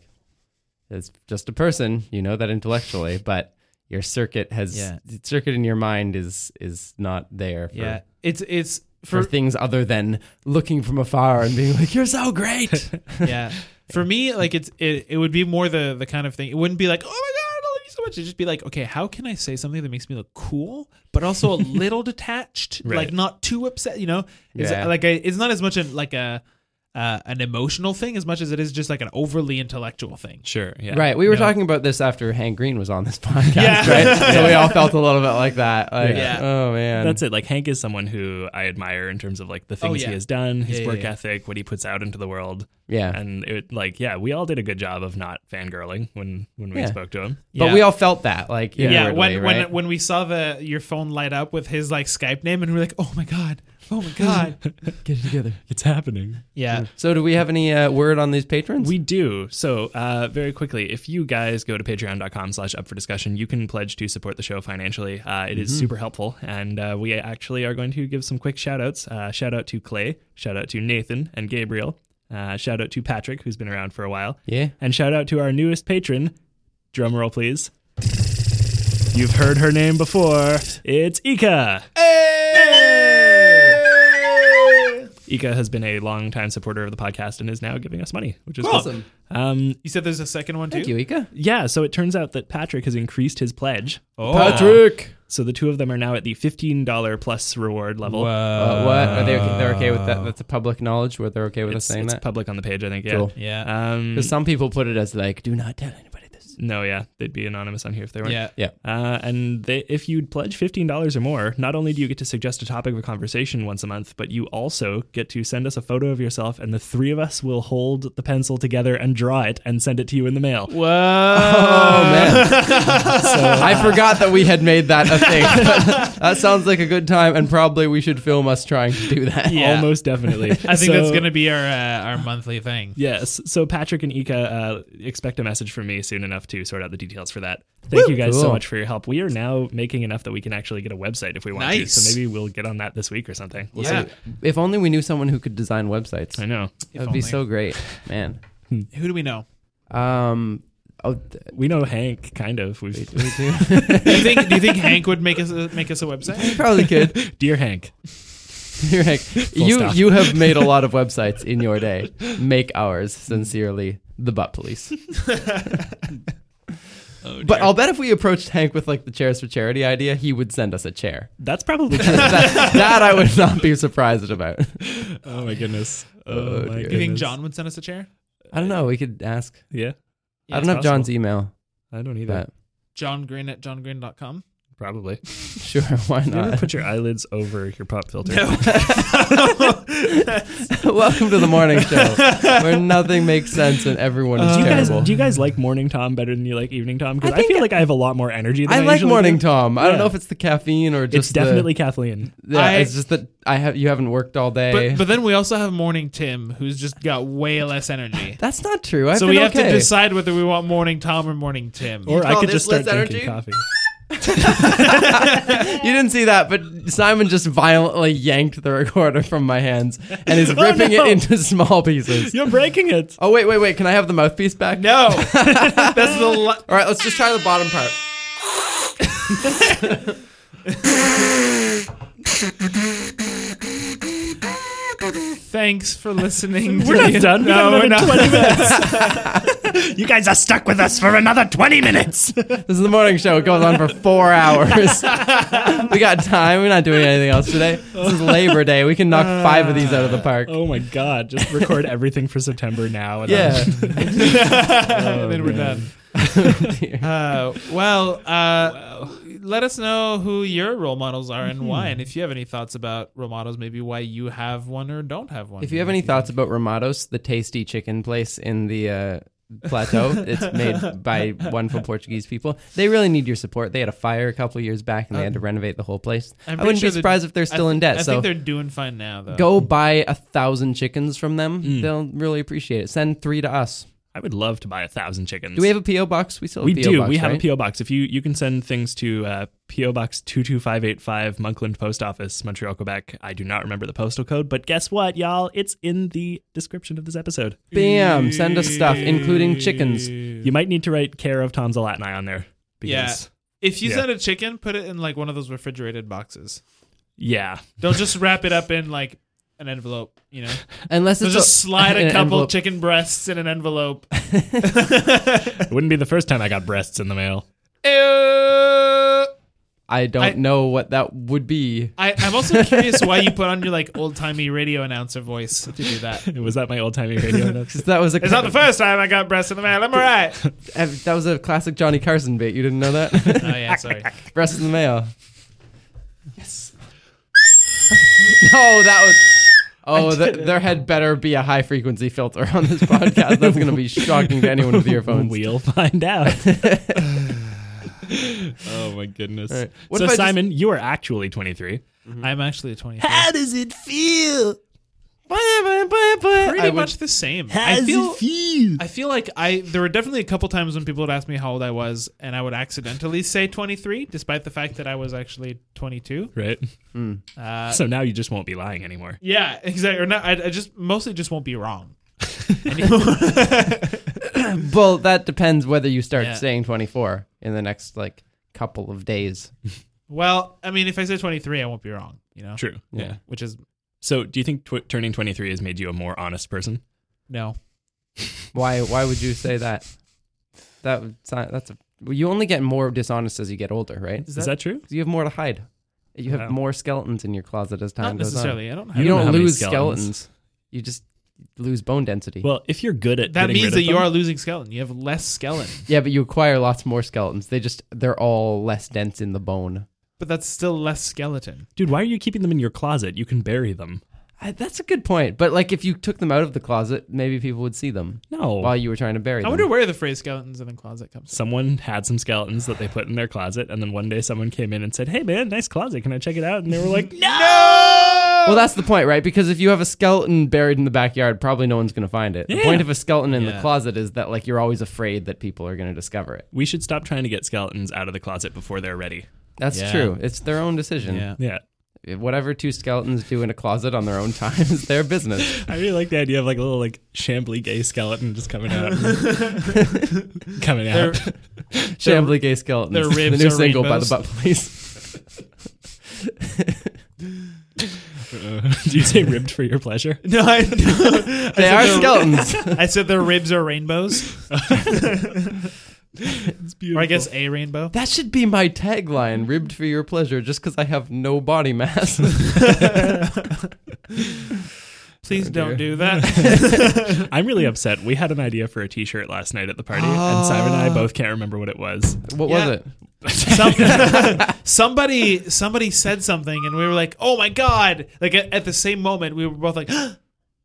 it's just a person, you know that
(laughs)
intellectually, but your circuit has
Yeah.
the circuit in your mind is is not there for,
yeah it's it's
for
for
things other than looking from afar and being like, You're so great.
(laughs) yeah for me like it's it, it would be more the the kind of thing it wouldn't be like oh my god i love you so much it'd just be like okay how can i say something that makes me look cool but
(laughs)
also a little detached
Right.
like not too upset you know it's
Yeah.
like a, it's not as much an, like a uh, an emotional thing as much as it is just like an overly intellectual thing
Sure. Yeah.
Right. We were
No.
talking about this after Hank Green was on this (laughs) podcast,
Yeah.
right?
(laughs)
So we all felt a little bit like that. Like,
Yeah.
oh man.
That's it. Like Hank is someone who I admire in terms of like the things
Oh, yeah.
he has done, his
Yeah, yeah,
work
yeah.
ethic, what he puts out into the world,
Yeah.
and it like yeah, we all did a good job of not fangirling when when we
Yeah.
spoke to him.
But
Yeah.
we all felt that, like,
yeah,
inwardly,
when
right?
when when we saw the your phone light up with his like skype name and we were like oh my god oh my
(laughs)
god
get it together.
It's happening.
yeah
So, do we have any uh, word on these patrons?
We do. So, uh, very quickly, if you guys go to patreon.com slash up for discussion, you can pledge to support the show financially. Uh, it is
Mm-hmm.
super helpful. And uh, we actually are going to give some quick shout outs. Uh, shout out to Clay, shout out to Nathan and Gabriel, uh, shout out to Patrick, who's been around for a while,
yeah.
and shout out to our newest patron. Drum roll, please. You've heard her name before. It's Ika. Ika has been a longtime supporter of the podcast and is now giving us money, which is cool.
Awesome.
Um,
you said there's a second one too
Thank you, Ika.
Yeah, so it turns out that Patrick has increased his pledge.
oh
Patrick.
So the two of them are now at the $15 plus reward level.
Uh, what are they? Okay, they're okay with that? That's a public knowledge. Where they're okay with
It's,
us saying
it's
that?
public on the page, I think. Yeah.
Cool.
yeah
Um,
Because some people put it as like, "Do not tell anybody this."
no, yeah, they'd be anonymous on here if they weren't.
yeah
Yeah.
Uh, and they, if you'd pledge $15 or more, not only do you get to suggest a topic of conversation once a month, but you also get to send us a photo of yourself, and the three of us will hold the pencil together and draw it and send it to you in the mail.
(laughs) Oh man! I forgot that we had made that a thing. (laughs) that sounds like a good time, and probably we should film us trying to do that. (laughs)
Yeah.
Almost
(laughs)
definitely.
I think that's
So-
gonna be our uh, our monthly thing.
Yes. So Patrick and Ika uh, expect a message from me soon enough to sort out the details for that. Thank you guys so
Cool.
much for your help. We are now making enough that we can actually get a website if we want to.
Nice.
So maybe we'll get on that this week or something. We'll
Yeah.
see.
If only we knew someone who could design websites.
I know.
That'd be so great, man.
Who do we know?
Um. Oh,
(laughs)
th-
We know Hank, kind of. We've
we do.
(laughs) Do
(laughs)
you think Do you think Hank would make us a, make us a (laughs) website?
probably could.
dear Hank.
(laughs) You're like, you
stop.
you have made a lot
(laughs)
of websites in your day. Make ours sincerely, the butt
(laughs)
police.
Oh,
Oh,
but I'll bet if we approached Hank with like the chairs for charity idea, he would send us a chair. (laughs)
That's probably. true.
That, that I would not be surprised about.
oh my goodness.
(laughs)
Oh,
Oh, dear.
my
Do you think
goodness.
John would send us a chair?
I don't know. We could ask.
Yeah.
I don't have
possible.
John's email,
I don't either.
but
John Green at johngreen.com.
(laughs)
Probably.
sure, why
You ever
not?
put your eyelids over your pop filter?
(laughs) Welcome to the morning
(laughs)
show, where nothing makes sense and everyone is
Uh, Do you guys
terrible.
do you guys like morning Tom better than you like evening Tom? Because
I
I,
think-
feel like I have a lot more energy. Than I,
I like
usually
morning
do.
Tom. I don't
Yeah.
know if it's the caffeine or just
It's definitely Kathleen.
The, yeah,
I-
it's just that I have you haven't worked all day.
But, but then we also have Morning Tim, who's just got way less energy.
(laughs) That's not true. I've
so
been
we have
okay.
to decide whether we want Morning Tom or Morning Tim.
Or I
call
could
this
just start
less
drinking
energy?
coffee.
You didn't see that, but Simon just violently yanked the recorder from my hands and
(laughs)
is
Oh,
ripping
no.
it into small pieces.
You're breaking it.
Oh wait, wait, wait! Can I have the mouthpiece back? (laughs)
no, that's the. Li-
All right, let's just try the bottom part.
Thanks for listening.
We're
to
(laughs) not done. We
No,
got
we're
another
not.
20 minutes. (laughs) you guys are stuck with us for another 20 minutes.
This is the morning show. It goes on for
(laughs)
four hours. we got time. We're not doing anything else today. This is Labor Day. We can knock five of these out of the park.
(laughs) oh my god, just (laughs) record everything for September now. And
Yeah.
then-
(laughs)
Oh,
and then we're done.
(laughs) Dear.
Uh, well, uh, let us know who your role models are and
Hmm.
why, and if you have any thoughts about role models, maybe why you have one or don't have one.
If you have any thoughts about Romados, the tasty chicken place in the uh, plateau,
(laughs)
it's made by wonderful Portuguese people. They really need your support. They had a fire a couple years back, and they had to renovate the whole place. I
Uh, I'm pretty
wouldn't
sure
be
that-
surprised if they're still
I
in
thi-
debt.
I
so
think they're uh, doing fine now, though.
go buy a thousand chickens from them.
Hmm.
They'll really appreciate it. Send three to us.
I would love to buy a thousand chickens.
Do we have a PO box? We still have
we
a PO
do.
box.
we have
right?
a PO box. If you you can send things to uh, PO box two two five eight five Monkland Post Office, Montreal, Quebec. I do not remember the postal code, but guess what, y'all? It's in the description of this episode.
Bam! Send us stuff, including chickens.
You might need to write care of Tom's a Latin eye on there. Because,
If you
Yeah.
send a chicken, put it in like one of those refrigerated boxes.
yeah.
Don't just wrap it up in like an envelope, you know.
Unless
So
it's
just slide
(laughs) in
a
an
couple
envelope.
chicken breasts in an
(laughs)
envelope.
It wouldn't be the first time I got breasts in the mail.
Ew.
I don't
I-
know what that would be.
I, I'm also curious why you put on your like old timey radio announcer voice to do that.
Was that my old timey radio? notes?
'Cause That was a uh,
It's not the first time I got breasts in the mail. I'm all right. (laughs)
that was a classic Johnny Carson bit. You didn't know that? (laughs)
Oh yeah, sorry.
Breast in the mail. Yes. no, that was. Oh, th- there had better be a high frequency filter on this podcast. That's going to be shocking to anyone with earphones.
(laughs) We'll find
(laughs)
out. (laughs) oh my goodness.
All right. What
so
if I just-
Simon, you are actually 23.
I'm actually a 23.
does it feel?
Pretty
I would-
much the same. I feel
feel?
I feel like I there were definitely a couple times when people would ask me how old I was and I would accidentally say 23 despite the fact that I was actually 22.
Right.
Hmm.
Uh,
So now you just won't be lying anymore.
yeah, exactly. Or not, I, I just mostly just won't be wrong. anymore.
well, that depends whether you start
Yeah.
saying 24 in the next like couple of days.
well, I mean if I say 23 I won't be wrong, you know.
True. Yeah.
Which is
So do you think tw- turning 23 has made you a more honest person?
no.
Why? Why would you say that? That would si- that's a, well, you only get more dishonest as you get older, right?
Is
Is
that,
that, true?
'Cause You have more to hide. You have
Wow.
more skeletons in your closet as time
not
goes on.
necessarily. I don't have
You
don't know
don't,
how many
lose
skeletons.
skeletons. You just lose bone density.
Well, if you're good at
That
getting rid
means
of
that you
them-
are losing skeleton. You have less skeleton.
yeah, but you acquire lots more skeletons. They just they're all less dense in the bone.
But that's still less skeleton.
Dude, why are you keeping them in your closet? You can bury them.
I, that's a good point. But like if you took them out of the closet, maybe people would see them
No.
while you were trying to bury them.
I wonder where the phrase skeletons in the closet comes from.
Someone had some skeletons that they put in their closet, and then one day someone came in and said, "Hey, man, nice closet. Can I check it out?" And they were
(laughs)
like, "No."
well, that's the point, right? Because if you have a skeleton buried in the backyard, probably no one's going to find it. The
Yeah.
point of a skeleton in the
Yeah.
closet is that like you're always afraid that people are going to discover it.
We should stop trying to get skeletons out of the closet before they're ready.
That's
Yeah.
true. It's their own decision.
Yeah.
Whatever two skeletons do in a closet on their own time is their
(laughs)
business.
I really like the idea of like a little like shambly gay skeleton just coming
(laughs)
out, coming
They're-
out. (laughs)
Shambly gay skeletons.
their ribs
the new
are
single
rainbows.
by the Butt
(laughs)
Police.
Do you say ribbed for your pleasure?
No, I, no. (laughs)
They are skeletons.
I said their ribs are rainbows,
It's beautiful.
or I guess a rainbow.
That should be my tagline, ribbed for your pleasure, just because I have no body mass.
Please
Oh,
don't
dear.
do
(laughs)
that.
I'm really upset. We had an idea for a T-shirt last night at the party, and Simon and I
Ah.
both can't remember what it was.
(laughs) What
Yeah.
was it?
Some, (laughs) somebody somebody said something, and we were like, "Oh my god!" Like at, at the same moment, we were both like, "That's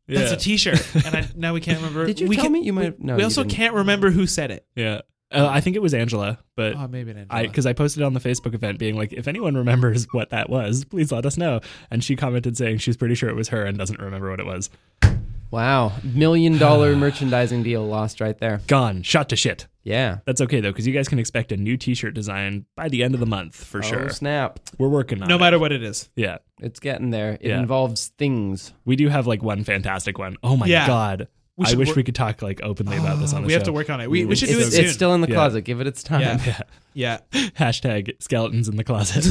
yeah.
a T-shirt," (laughs) and I, now we can't remember.
Did you
we
tell
can-
me? You might have- no,
we
you
also
didn't.
can't remember who said it.
yeah. Uh, I think it was Angela, but
Oh, maybe it ended.
I because I posted on the Facebook event being like, if anyone remembers what that was, please let us know. And she commented saying she's pretty sure it was her and doesn't remember what it was.
Wow,
(sighs)
million dollar merchandising deal lost right there.
Gone, shot to shit.
Yeah.
That's okay though, because you guys can expect a new T-shirt design by the end of the month for
Oh
sure.
snap!
We're working on
no
it.
matter what it is.
Yeah,
It's getting there. It
Yeah.
involves things.
we do have like one fantastic one. Oh my
Yeah.
god,
We
I
should
wish
wor-
we could talk like openly about
(gasps)
this on the
we
show.
have to work on it. We, we should do it
It's,
soon.
it's still in the
Yeah.
closet. Give it its time.
Yeah.
(laughs) Yeah.
yeah.
Hashtag skeletons in
(laughs)
the closet.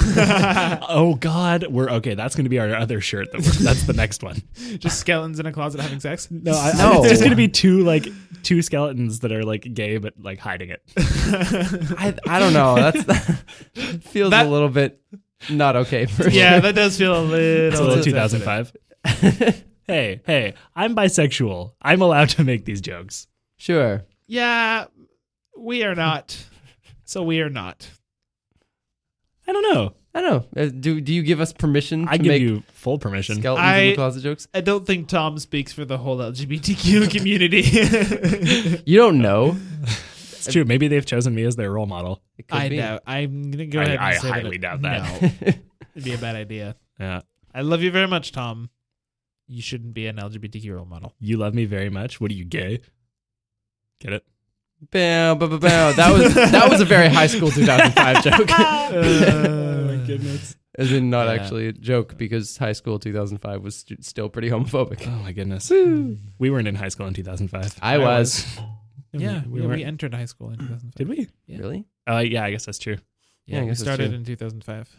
oh God, we're okay. That's going to be our other shirt. That we're, that's the next one.
Just skeletons in a closet having sex.
No, I,
No.
it's just going to be two like two skeletons that are like gay but like hiding it.
(laughs) I, I don't know. That's
(laughs)
(laughs) feels
That-
a little bit not okay for
yeah, that does feel a
It's a
little.
little 2005. hey, hey, I'm bisexual. I'm allowed to make these jokes.
(laughs) sure.
Yeah, we are not. So we are not.
I don't know.
I don't know. Uh, Do do you give us permission?
I
to
give
make
you full permission.
skeletons in
I-
the closet jokes.
I don't think Tom speaks for the whole LGBTQ community.
You don't know.
it's true. Maybe they've chosen me as their role model.
It could
I
be.
doubt. I'm gonna go
I,
ahead.
I
and say that
highly
it-
doubt that.
No, it'd be a bad idea.
Yeah.
I love you very much, Tom. You shouldn't be an LGBTQ role
(laughs)
model.
You love me very much. What are you gay? Get it?
Bow, bow, bow, bow. That was that was a very high
(laughs)
school 2005 joke.
oh my goodness.
As in, not
Yeah.
actually a joke because high school 2005 was st- still pretty homophobic.
Oh my goodness. We weren't in high school in 2005.
(laughs) I (laughs) was.
Yeah,
we,
we, we
weren't.
entered high school in 2005.
Did we?
Yeah.
Really?
Oh yeah, I guess that's true.
Yeah, I
Yeah, we
guess that's
started
true.
in 2005.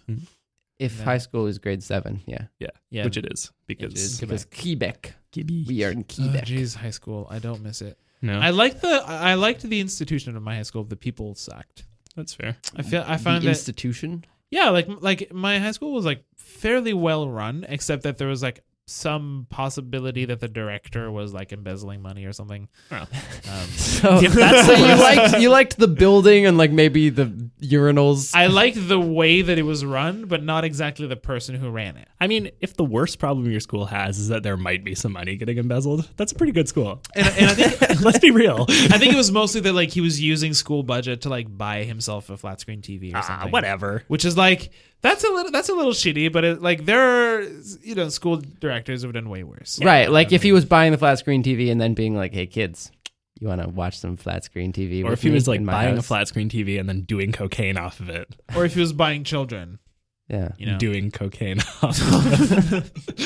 If
No.
high school is grade seven, yeah.
Yeah,
Which it is because
It is because Quebec.
Gibby.
We are in
Oh,
Quebec.
geez, high school. I don't miss it.
No,
I like the I I liked the institution of my high school. The people sucked.
that's fair.
I feel I
the
found that
institution.
yeah, like like my high school was like fairly well run, except that there was like some possibility that the director was like embezzling money or something.
Oh.
Um,
(laughs) So, (laughs) so you liked you liked the building and like maybe the urinals.
I liked the way that it was run, but not exactly the person who ran it.
I mean, if the worst problem your school has is that there might be some money getting embezzled, that's a pretty good school. (laughs)
And, and I think
Let's be
(laughs)
real.
I think it was mostly that like he was using school budget to like buy himself a flat screen TV or
ah,
something.
whatever.
which is like that's a little that's a little shitty, but it, like there are you know school directors who have done way worse.
(laughs) right, like if he was buying the flat screen TV and then being like, "Hey kids, you want to watch some flat screen TV?"
Or
with
if he
me
was like
in my
buying a
house?"
flat screen TV and then doing cocaine off of it,
Or if he was buying children,
yeah.
you know,
doing
(laughs)
cocaine off. Of it.
(laughs)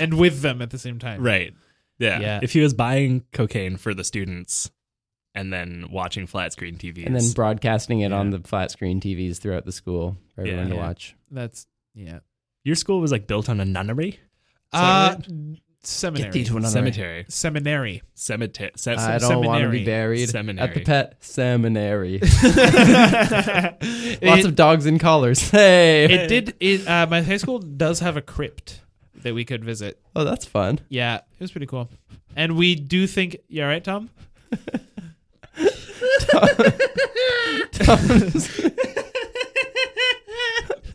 and with them at the same time.
Right. Yeah.
Yeah.
If he was buying cocaine for the students and then watching flat screen TVs.
and then broadcasting it on
Yeah.
the flat screen TVs throughout the school for
Yeah.
everyone to
Yeah.
watch.
That's yeah.
your school was like built on a nunnery?
Uh, seminary.
Cemetery? Cemetery.
seminary.
Cemetery.
I don't want to be
Seminary.
buried at the
Seminary.
pet seminary. (laughs) Lots
it,
of dogs in collars. (laughs) Hey,
it did. It, uh, my high school does have a crypt that we could visit.
oh, that's fun.
Yeah, it was pretty cool. And we do think. You all right, Tom?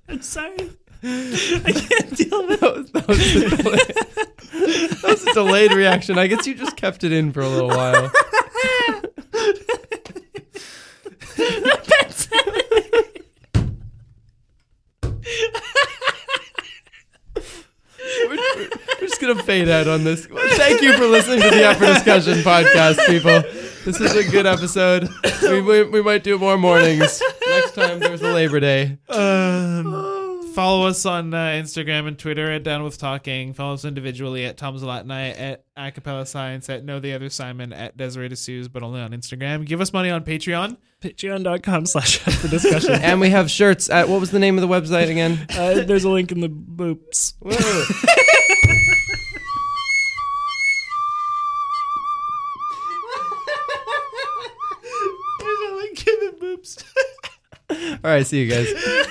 I'm sorry. I can't deal with
That was, that, was a delayed, that was a delayed reaction. I guess you just kept it in for a little while. We're, we're just gonna fade out on this. Thank you for listening to the After Discussion podcast, people. This is a good episode. We, we, we might do more mornings next time. There's a Labor Day.
Um, follow us on uh, Instagram and Twitter at Down with Talking. Follow us individually at Tom's Lot Night at Acapella Science at Know the Other Simon at Desiree D'Souza, but only on Instagram. Give us money on Patreon.
Patreon.com slash for
(laughs)
discussion.
And we have shirts at what was the name of the website again?
Uh, there's a link in the boops.
Whoa.
There's a link in the boobs.
All right, see you guys.